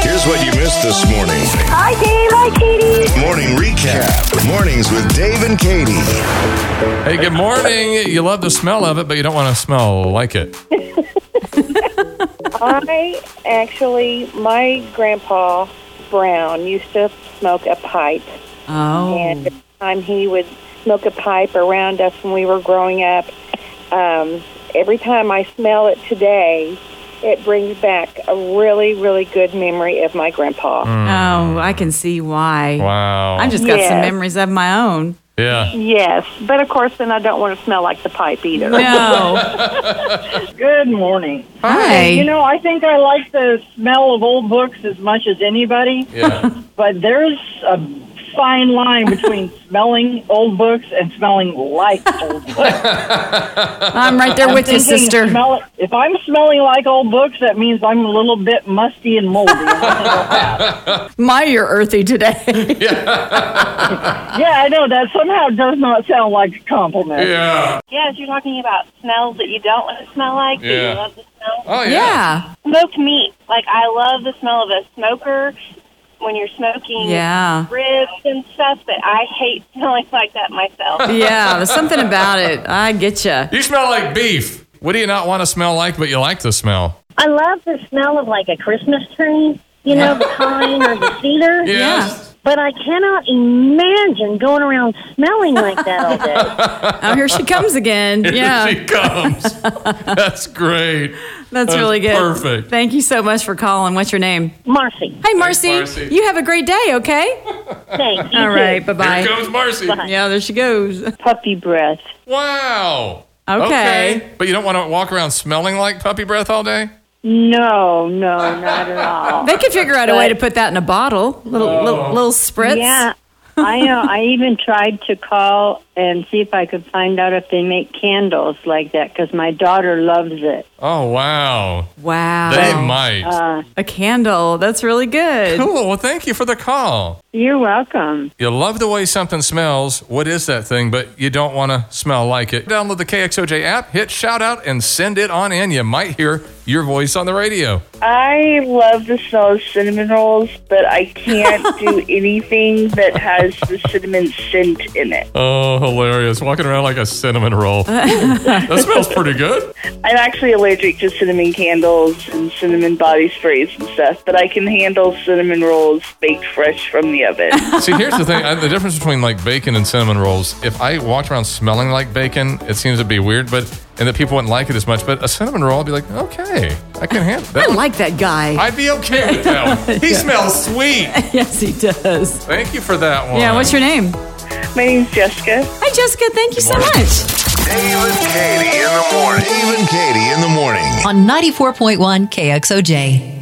Here's what you missed this morning. Hi, Dave. Hi, Katie. Morning recap. Mornings with Dave and Katie. Hey, good morning. You love the smell of it, but you don't want to smell like it. I actually, my grandpa Brown used to smoke a pipe, and Oh. every time he would smoke a pipe around us when we were growing up, um, every time I smell it today, it brings back a really, really good memory of my grandpa. Hmm. Oh, I can see why. Wow. I've just got some Yes. memories of my own. yeah. Yes, but of course, then I don't want to smell like the pipe either. No. Good morning. You Hi. know, I think I like the smell of old books as much as anybody, Yeah. but there's a fine line between smelling old books and smelling like old books. I'm right there with you, Thinking sister. smell it- if I'm smelling like old books, that means I'm a little bit musty and moldy. My, you're earthy today. yeah, I know that somehow does not sound like a compliment. Yeah. Yes, you're talking about smells that you don't want to smell like, but Yeah. you love the smell. Oh, yeah. Yeah. Smoked meat. Like, I love the smell of a smoker when you're smoking Yeah. ribs and stuff, but I hate smelling like that myself. Yeah. There's something about it. I get you. You smell like beef. What do you not want to smell like, but you like the smell? I love the smell of like a Christmas tree, you know, the pine or the cedar. Yes. But I cannot imagine going around smelling like that all day. Oh, here she comes again. Here Yeah. she comes. That's great. That's That's really good. perfect. Thank you so much for calling. What's your name? Marcy, Hey, Marcy. Marcy. You have a great day, okay? thanks. You All too. right. Bye Here bye. comes Marcy. Yeah, there she goes. Puppy breath. Wow. Okay. But you don't want to walk around smelling like puppy breath all day? No, no, not at all. They could figure out a way to put that in a bottle. Little Oh. little, little spritz. Yeah, I know. I even tried to call and see if I could find out if they make candles like that because my daughter loves it. Oh, wow. Wow. They might. A candle. That's really good. cool. Well, thank you for the call. You're welcome. You love the way something smells. What is that thing? But you don't want to smell like it. Download the KXOJ app, hit shout out, and send it on in. You might hear your voice on the radio. I love the smell of cinnamon rolls, but I can't do anything that has the cinnamon scent in it. Oh, hilarious. Walking around like a cinnamon roll. that smells pretty good. I'm actually allergic to cinnamon candles and cinnamon body sprays and stuff, but I can handle cinnamon rolls baked fresh from the oven. See, here's the thing I- the difference between like bacon and cinnamon rolls. If I walked around smelling like bacon, it seems to be weird, but and that people wouldn't like it as much. But a cinnamon roll, I'd be like, okay, I can handle that. I one. like that guy. I'd be okay with that one. He smells sweet. yes, he does. Thank you for that one. Yeah, what's your name? My name's Jessica. Hi, Jessica. Thank you so Morning. much. Dave and Katie in the morning. Dave and Katie in the morning. on 94.1 KXOJ.